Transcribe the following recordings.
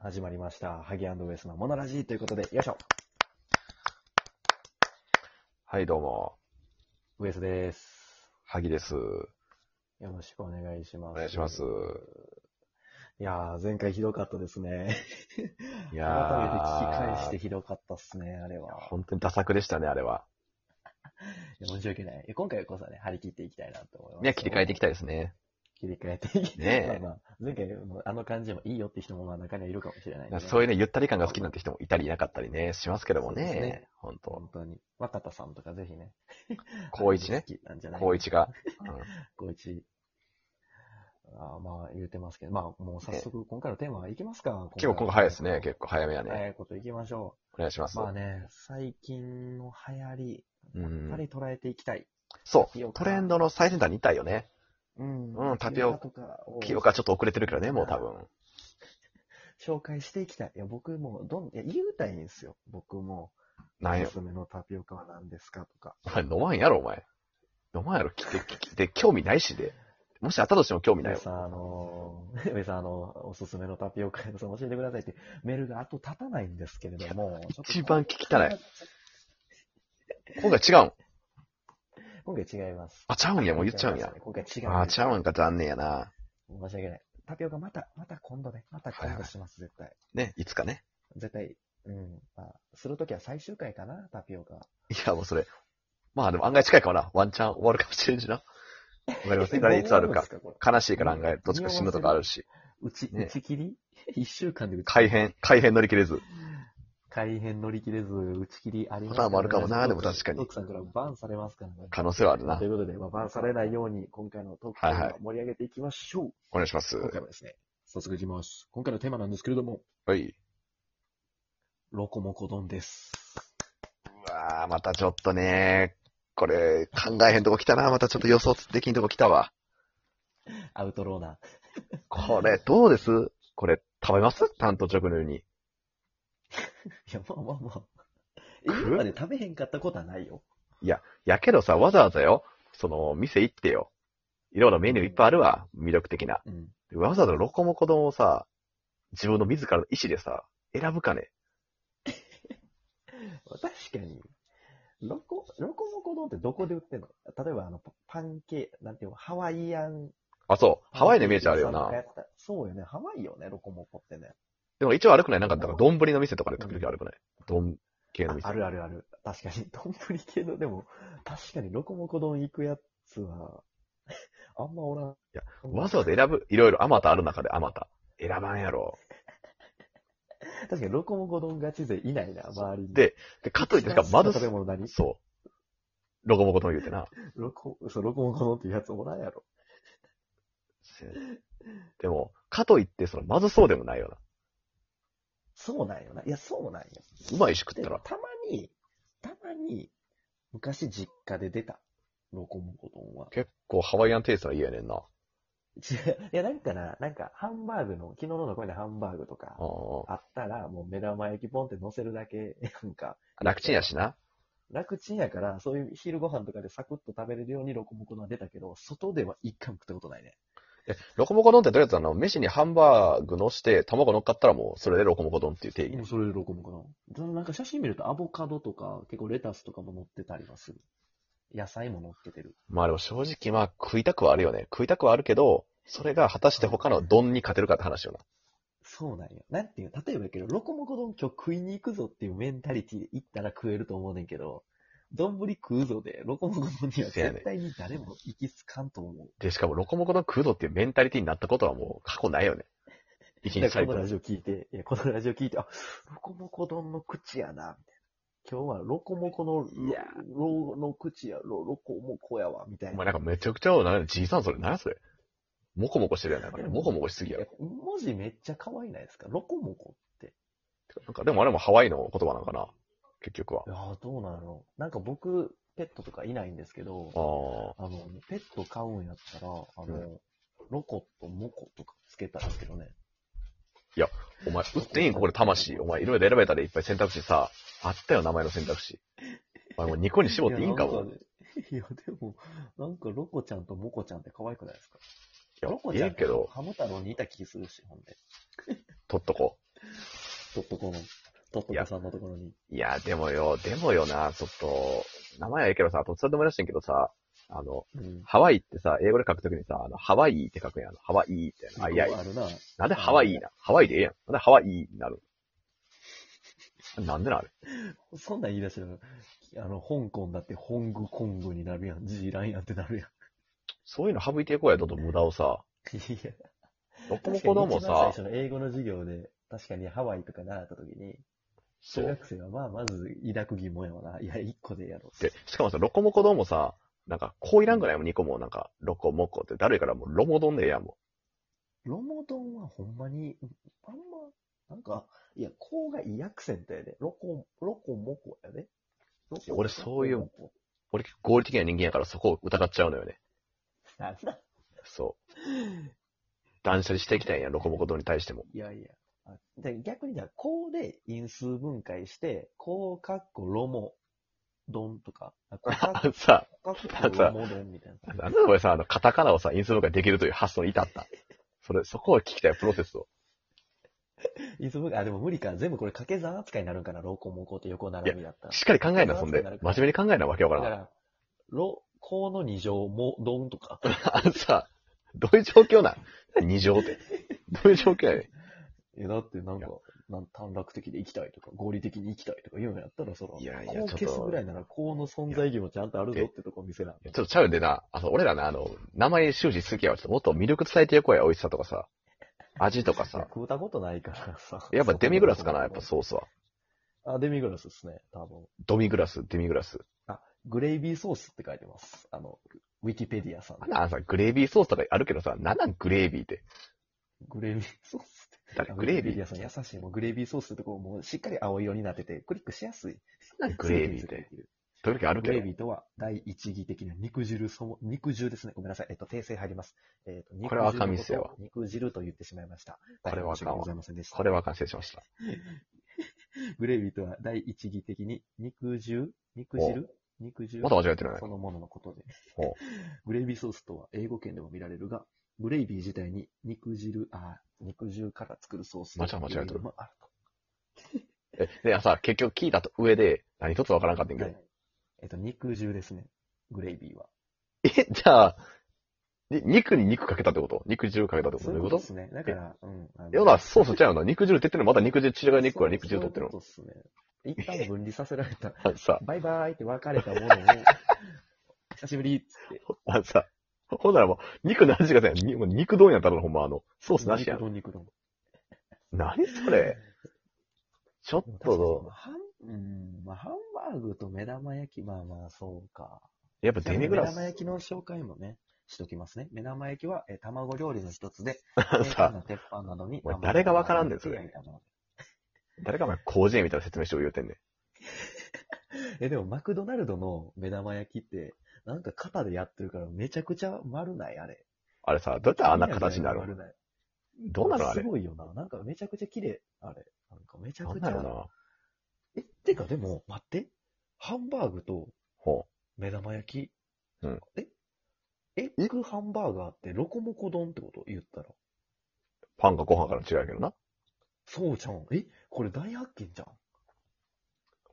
始まりました。ハギウエスのモノラジーということで、よいしょ。はい、どうも。ウエスです。萩です。よろしくお願いします。お願いします。いやー、前回ひどかったですね。い改めて聞やきー返してひどかったっすね、あれは。本当にダサ作でしたね、あれは。いや申し訳ない。今回こそはね、張り切っていきたいなと思います。いや、切り替えていきたいですね。切り替えていきねえまあまあ前回のあの感じでもいいよって人もまあ中にはいるかもしれないんで、そういうね。ね、ゆったり感が好きなんて人もいたりいなかったりね、しますけどもそうですねね。本当。本当に。若田さんとかぜひね。高一ね。好きなんじゃない高一が。 高一。あーまあ、言うてますけど、まあ、もう早速、今回のテーマいきますか。結構今回早いですね。結構早めや構ね。早いこといきましょお願いしまう。す。まあね、最近の流行り、うやっぱりん。捉えていきたい。そう。トレンドの最先端にいたいよね。うんうんタピオカとかを清がちょっと遅れてるからね、もう多分。紹介していきたい。いや、僕も、どん、いや、言うたいんですよ。僕も、おなんやす。すめのタピオカは何ですかとか。お前飲まんやろ、お前。飲まんやろ、来て、来て、興味ないしで。もしあったとしても興味ない上よ。さん、あの ー、上さん、あの、おすすめのタピオカ屋さん教えてくださいってメールが後立たないんですけれども、ちょっと一番聞きたない。今回違うん。今回違います。あ、ちゃうんや、もう言っちゃうんや。今回違う。あー、ちゃうんか、残念やな。申し訳ない。タピオカまた、また今度ね。また今度します、絶対。ね、いつかね。絶対。うん。まあ、するときは最終回かな、タピオカ。 いや、もうそれ。まあでも案外近いかもな。ワンチャン終わるかもしれんしな。わかりません。いつあるか。。悲しいから案外、どっちか死ぬとかあるし。うち、ね打ち切り 一週間で打ち切改り。変、改変乗り切れず。改変乗り切れず、打ち切りありますパターンもあるかもなでも確かに奥さんからバンされますからね。可能性はあるなとい。うことで、まあ、バンされないように、今回のトークテーマはいはい盛り上げていきましょう。お願いします。今回はですね、早速いきます。今回のテーマなんですけれども、はい。ロコモコ丼です。うわー、またちょっとね、これ、考えへんとこ来たな。またちょっと予想できんとこ来たわ。アウトローな。これ、どうですこれ、食べます担当直入に。いや、まあまあまあ。食う今まで食べへんかったことはないよ。やけどさ、わざわざよ、その、店行ってよ。いろいろメニューいっぱいあるわ。魅力的な。うん。わざわざロコモコ丼をさ、自分の自らの意思でさ、選ぶかね。確かに。ロコ、ロコモコ丼ってどこで売ってんの例えばあの、パパンケー、なんていうの、ハワイアン。あ、そう。ハワイのイメージあるよパンケーな。キ屋さんとかやったそうよね。ハワイよね、ロコモコってね。でも一応悪くないなんか、だから丼の店とかで時々悪くない丼系のあ店。あるあるある。確かに、 丼系の、でも、確かにロコモコ丼行くやつは、 あんまおらん。や、わざわざ選ぶ、いろいろあまたある中であまた。選ばんやろ。確かにロコモコ丼ガチ勢いないな、周りに。で、でかといってなんか、まず食、べ物何そう。ロコモコ丼言うてな。ロコ、そう、ロコモコ丼っていうやつおらんやろ。でも、かといって、その、まずそうでもないよな。そうなんよな。いや、そうなんよ。うまいし食っでたら。たまに、たまに、昔実家で出た、ロコモコ丼は。 結構ハワイアンテイストの家やねんな。違ういや、なんかな、なんか、ハンバーグの、昨日の残りのハンバーグとか、うんうんあったら、もう目玉焼きポンって乗せるだけ、なんか、楽ちんやしな。楽ちんやから、そういう昼ご飯とかでサクッと食べれるようにロコモコ丼は出たけど、外では一回も食ったことないね。え、ロコモコ丼ってとりあえずあの、飯にハンバーグ乗して、卵乗っかったらもう、それでロコモコ丼っていう定義もう。それでロコモコ丼。そのなんか写真見るとアボカドとか、結構レタスとかも乗ってたりはする。野菜も乗っけてる。まあでも正直まあ、食いたくはあるよね。食いたくはあるけど、それが果たして他の丼に勝てるかって話よな。そうなんよ。なんていうの例えばやけど、ロコモコ丼今日食いに行くぞっていうメンタリティで行ったら食えると思うねんけど、丼食うぞで、ロコモコ丼にはせやね絶対に誰も行きつかんと思う。で、しかもロコモコ丼食うぞっていうメンタリティになったことはもう過去ないよね。一日だから最この後ラ。ジオ聞いて、いや、このラジオ聞いて、あ、ロコモコ丼の口やな、みたいな。今日はロコモコのロ、いやロの口や、ロ、ロコモコやわ、みたいおな前。なんかめちゃくちゃ、なんやじいさんそれ、何やそれ。もこもこしてるやん。なんかもこもこしすぎやろ。文字めっちゃ可愛いないですかロコモコって。なんかでもあれもハワイの言葉なんかな。結局は。いやー、どうなのなんか僕、ペットとかいないんですけど、ああ。あの、ペット飼うんやったら、あの、うんロコとモコとかつけたんですけどね。お前、売っていいんこれ魂。お前、いろいろ選べたでいっぱい選択肢さ、あったよ、名前の選択肢。お前もう2個に絞っていいんかいや、も。なんかねいやでも、なんかロコちゃんとモコちゃんって可愛くないですかいやロコ、ちゃえんえけど、ハム太郎にいた気するし、ほんで。取っとこう。とっとこの、とっとこさんのところに。いや、でもよ、でもよな、ちょっと、名前はいいけどさ、突然で思い出してんけどさ、あの、うん。ハワイってさ、英語で書くときにさ、あの、ハワイって書くんやん。あのハワイみたいな。あ、いや、あるな。なんでハワイなハワイでええやん。なんでハワイになるなんでなあれそんなん言い出したら、あの、香港だって、ホングコングになるやん。ジーランやってなるやそういうの省いていこうや、どんどん無駄をさ。ん。いや、どこ確かも子に供一番さ、最初の英語の授業で、確かにハワイとか習った時に、そ中う。学生はまあ、まず抱く疑問やわな。いや、一個でやろう。で、しかもさ、ロコモコ丼もさ、なんか、こういらんぐらいも2個も、なんか、ロコモコって、だるいからもう、ロモ丼でええやん、もロモドンはほんまに、あんま、なんか、いや、こうがいいアクセントやで。ロコ、ロコモコやで。ロコ俺そういうロコモコう。俺結構合理的な人間やから、そこを疑っちゃうのよね。なんだそう。断捨離していきたいんや、ロコモコ丼に対 しても。いやいや。あで逆にじゃあ、こうで因数分解して、こうかっこロモドンとか、 あこうかっこあさ、かっこロモドンみたいな。なんでお前さ、あの、カタカナをさ、因数分解できるという発想に至った。それ、そこを聞きたい、プロセスを。因数分解、あ、でも無理か。全部これ掛け算扱いになるんかな。ロコモコって横並びだったら。しっかり考えな、そんで。真面目に考えな、わけわかだらんか。ら、ロ、コの二乗もドンと か。 あのさ、どういう状況なん二乗って。どういう状況やねえ、だってなんかい、なん短絡的で生きたいとか、合理的に生きたいとか言うんやったら、その、いやいこやうちょっと消すぐらいなら、こうの存在意義もちゃんとあるぞってとこ見せな。ん。ちょっとちゃうんでな、あの、俺らな、あの、名前終始好きやわ。ちょっともっと魅力伝えていこうや、美味しさとかさ。味といかやさ。食うたことないからさ。やっぱデミグラスかな、やっぱそソースは。う。あ、デミグラスですね、多分。ドミグラス、デミグラス。あ、グレイビーソースって書いてます。あの、ウィキペディアさんあでん。なあのさ、グレービーソースとかあるけどさ、なんなんグレービーって。グレイビーソースって。誰あグレーウィビキペディアーさん優しい。もうグレイビーソースってとこもうしっかり青色になってて、クリックしやすい。なんグレービーって。。時々あるグけレーど。ビーとは、第一義的な肉汁そも、肉汁ですね。ごめんなさい。えっと、訂正入ります。えっと、これは赤ミスやわ肉汁のことを肉汁と言ってしまいました。これ大変は申し赤わ訳ございませんでした。これは完成しました。グレービーとは、第一義的に肉汁肉汁肉汁また間違えてるねそ。のもののことでお。 グレービーソースとは、英語圏でも見られるが、グレービー自体に肉汁、あ肉汁から作るソース間違え間違えてるまああるとえ、で、さ、結局聞いたと上で、何一つわからんかったんやけど。はいえっと、肉汁ですね。グレービーは。え、じゃあ、に肉に肉かけたってこと肉汁かけたってことそうどういいううここととですね。だから、うん。あの要はソースちゃうの肉汁出てるのまた肉汁、違う肉は肉汁取ってるそうそういうことっすね。一旦分離させられた。の。あのさ、バイバイって別れたものを、久しぶりっつって。あのさ、ほんならもう、肉の味がせん。にもう肉丼やったらほんまあの、ソースなしや肉ん。丼、肉丼。何それ。ちょっ確かにと、ハン、うん、まあ、ハンバーグと目玉焼き、まあまあ、そうか。やっぱデミグラ目玉ス。焼きの紹介もね、しときますね。目玉焼きは、えー卵料理の一つで、あ平の坦さ、な鉄板などに。お前誰がわからんねんそれ卵が入って誰かお前、工事園みたいな説明して言うてんねん。え、でも、マクドナルドの目玉焼きって、なんか肩でやってるからめちゃくちゃ丸ない、あれ。あれさ、どうやってあんな形になるの丸ないどうなのあれす。ごいよな。なんかめちゃくちゃ綺麗、あれ。なんかめちゃなんくちだろうゃ。な。え、てかでも、待って。ハンバーグとほ目玉焼き。うんえエッグハンバーガーってロコモコ丼ってこと言ったら。う。パンかご飯から違うけどな。そうじゃん。えこれ大発見じゃん。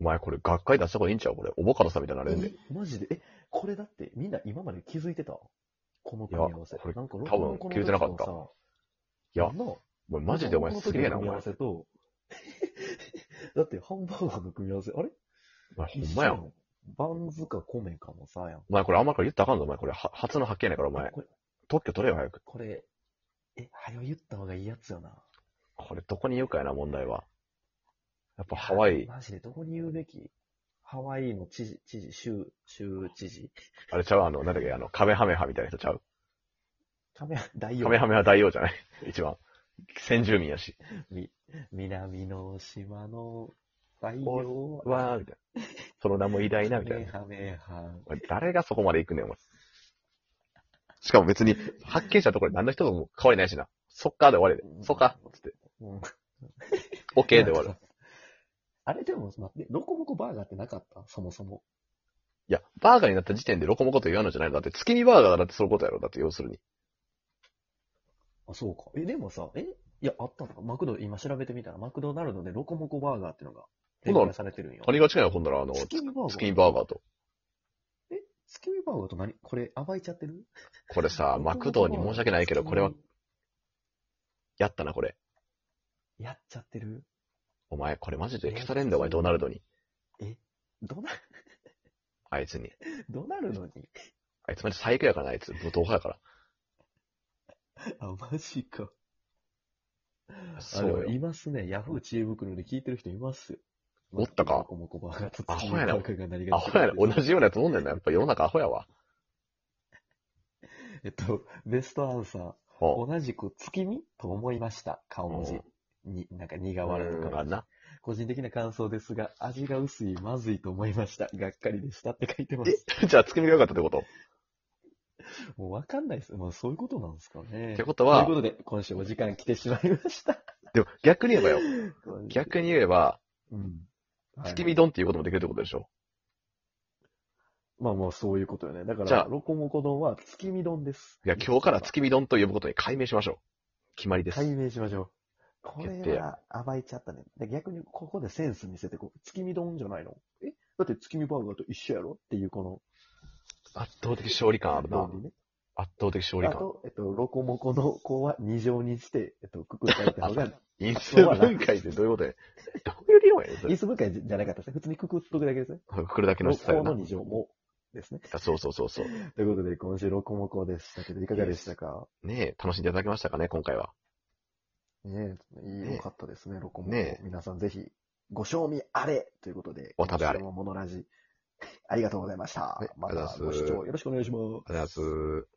お前これ学会出した方がいいんちゃうこれ、おぼかたさんみたいになれんで。えマジで。え、これだってみんな今まで気づいてたこの組み合わせいやこれ。なんかロ多分気づいてなかったいやあ、のお前マジでお前すげえな、お組み合前わ。せと、 だってハンバーガーの組み合わせ、あれお前ほんまやん。ん。バンズか米かもさ、やん。お前これあんまり言ったらあかんぞ、お前。これは初の発見やねんから、お前。これ、特許取れよ、早く。これ、え、早言った方がいいやつよな。これどこに言うかやな、問題は。やっぱハワイ、マジでどこに言うべきハワイの知事、知事、州、州知事。あれちゃうあの、なんだっけ、あの、カメハメハみたいな人ちゃうカメ、大カ王メ。ハメは大王じゃない 一番。先住民やし。み南の島の大お王。わー、みたいな。その名も偉大な、みたいメな。ハメハ。お前誰がそこまで行くねん、お前。しかも別に、発見者ところ何の人とも変わりないしな。そっかで終わりやで。そっかつって。うんオッケーで終わる。。 あれでも、待って、ロコモコバーガーってなかったそもそも。いや、バーガーになった時点でロコモコと言わんのじゃないのだって、月見バーガーだってそういうことやろ。だって要するに。あ、そうか。え、でもさ、え、いや、あったのか。マクド、今調べてみたら、マクドナルドでロコモコバーガーっていうのが、ほ展な開されてるんよ。何が違うのほんなら、あの、月見バーガー月見バーガーと。月見バーガーと何これ、暴いちゃってるこれさ、マクドに申し訳ないけど、これは、。やったな、これ。やっちゃってるお前、これマジで消されんだよ、お前、ドナルドに。ドナ、あいつに。ドナルドにあいつマジ最悪やからな、あいつ。武闘派やから。あ、マジか。あそうの、よいますね。ヤフー知恵袋で聞いてる人いますよ。おったかロコモコバーガーと月見アホやなバーガーが何がアホやね違う同じようなやつ飲んでんのやっぱ世の中アホやわ。えっと、ベストアンサー。おう同じく月見と思いました。顔文字。に、なんか苦笑いとうんあかん。な。個人的な感想ですが、味が薄い、まずいと思いました。がっかりでしたって書いてます。じゃあ、月見が良かったってこともうわかんないです。まあそういうことなんですかね。ってことというはこ、とで、今週お時間来てしまいました。でも逆に言えばよ。逆に言えば、うん。月見丼っていうこともできるってことでしょまあまあそういうことよね。だかじゃらあ、ロコモコ丼は月見丼です。いや、今日から月見丼と呼ぶことに改名しましょう。決まりです。解明しましょう。こ決れ定は暴いちゃったね。で逆にここでセンス見せてこう、月見丼じゃないのえだって月見バーガーと一緒やろっていうこ圧倒的勝利感あるの、な論。理ね。圧倒的勝利あ感。と、えっと、ロコモコの子は二乗にして、えっと、くくりたいた方 が、因数分解ってどういうことやどういう理論やねんそれ因数分解じゃなかったですね。普通にくくっとくだけですね。これだけのロ質コだよのな。二乗もですね。そうそうそうそう。ということで、今週ロコモコでしたけど、いかがでしたかねえ、楽しんでいただけましたかね、今回は。ねえ、ねえ良かったですね、ロコモコ。ねえ皆さんぜひ、ご賞味あれということで、お食べあれ今週もモノラジ、ありがとうございましたはい。まありがたとごうございます視聴よろしくお願いします。ありがとうございます。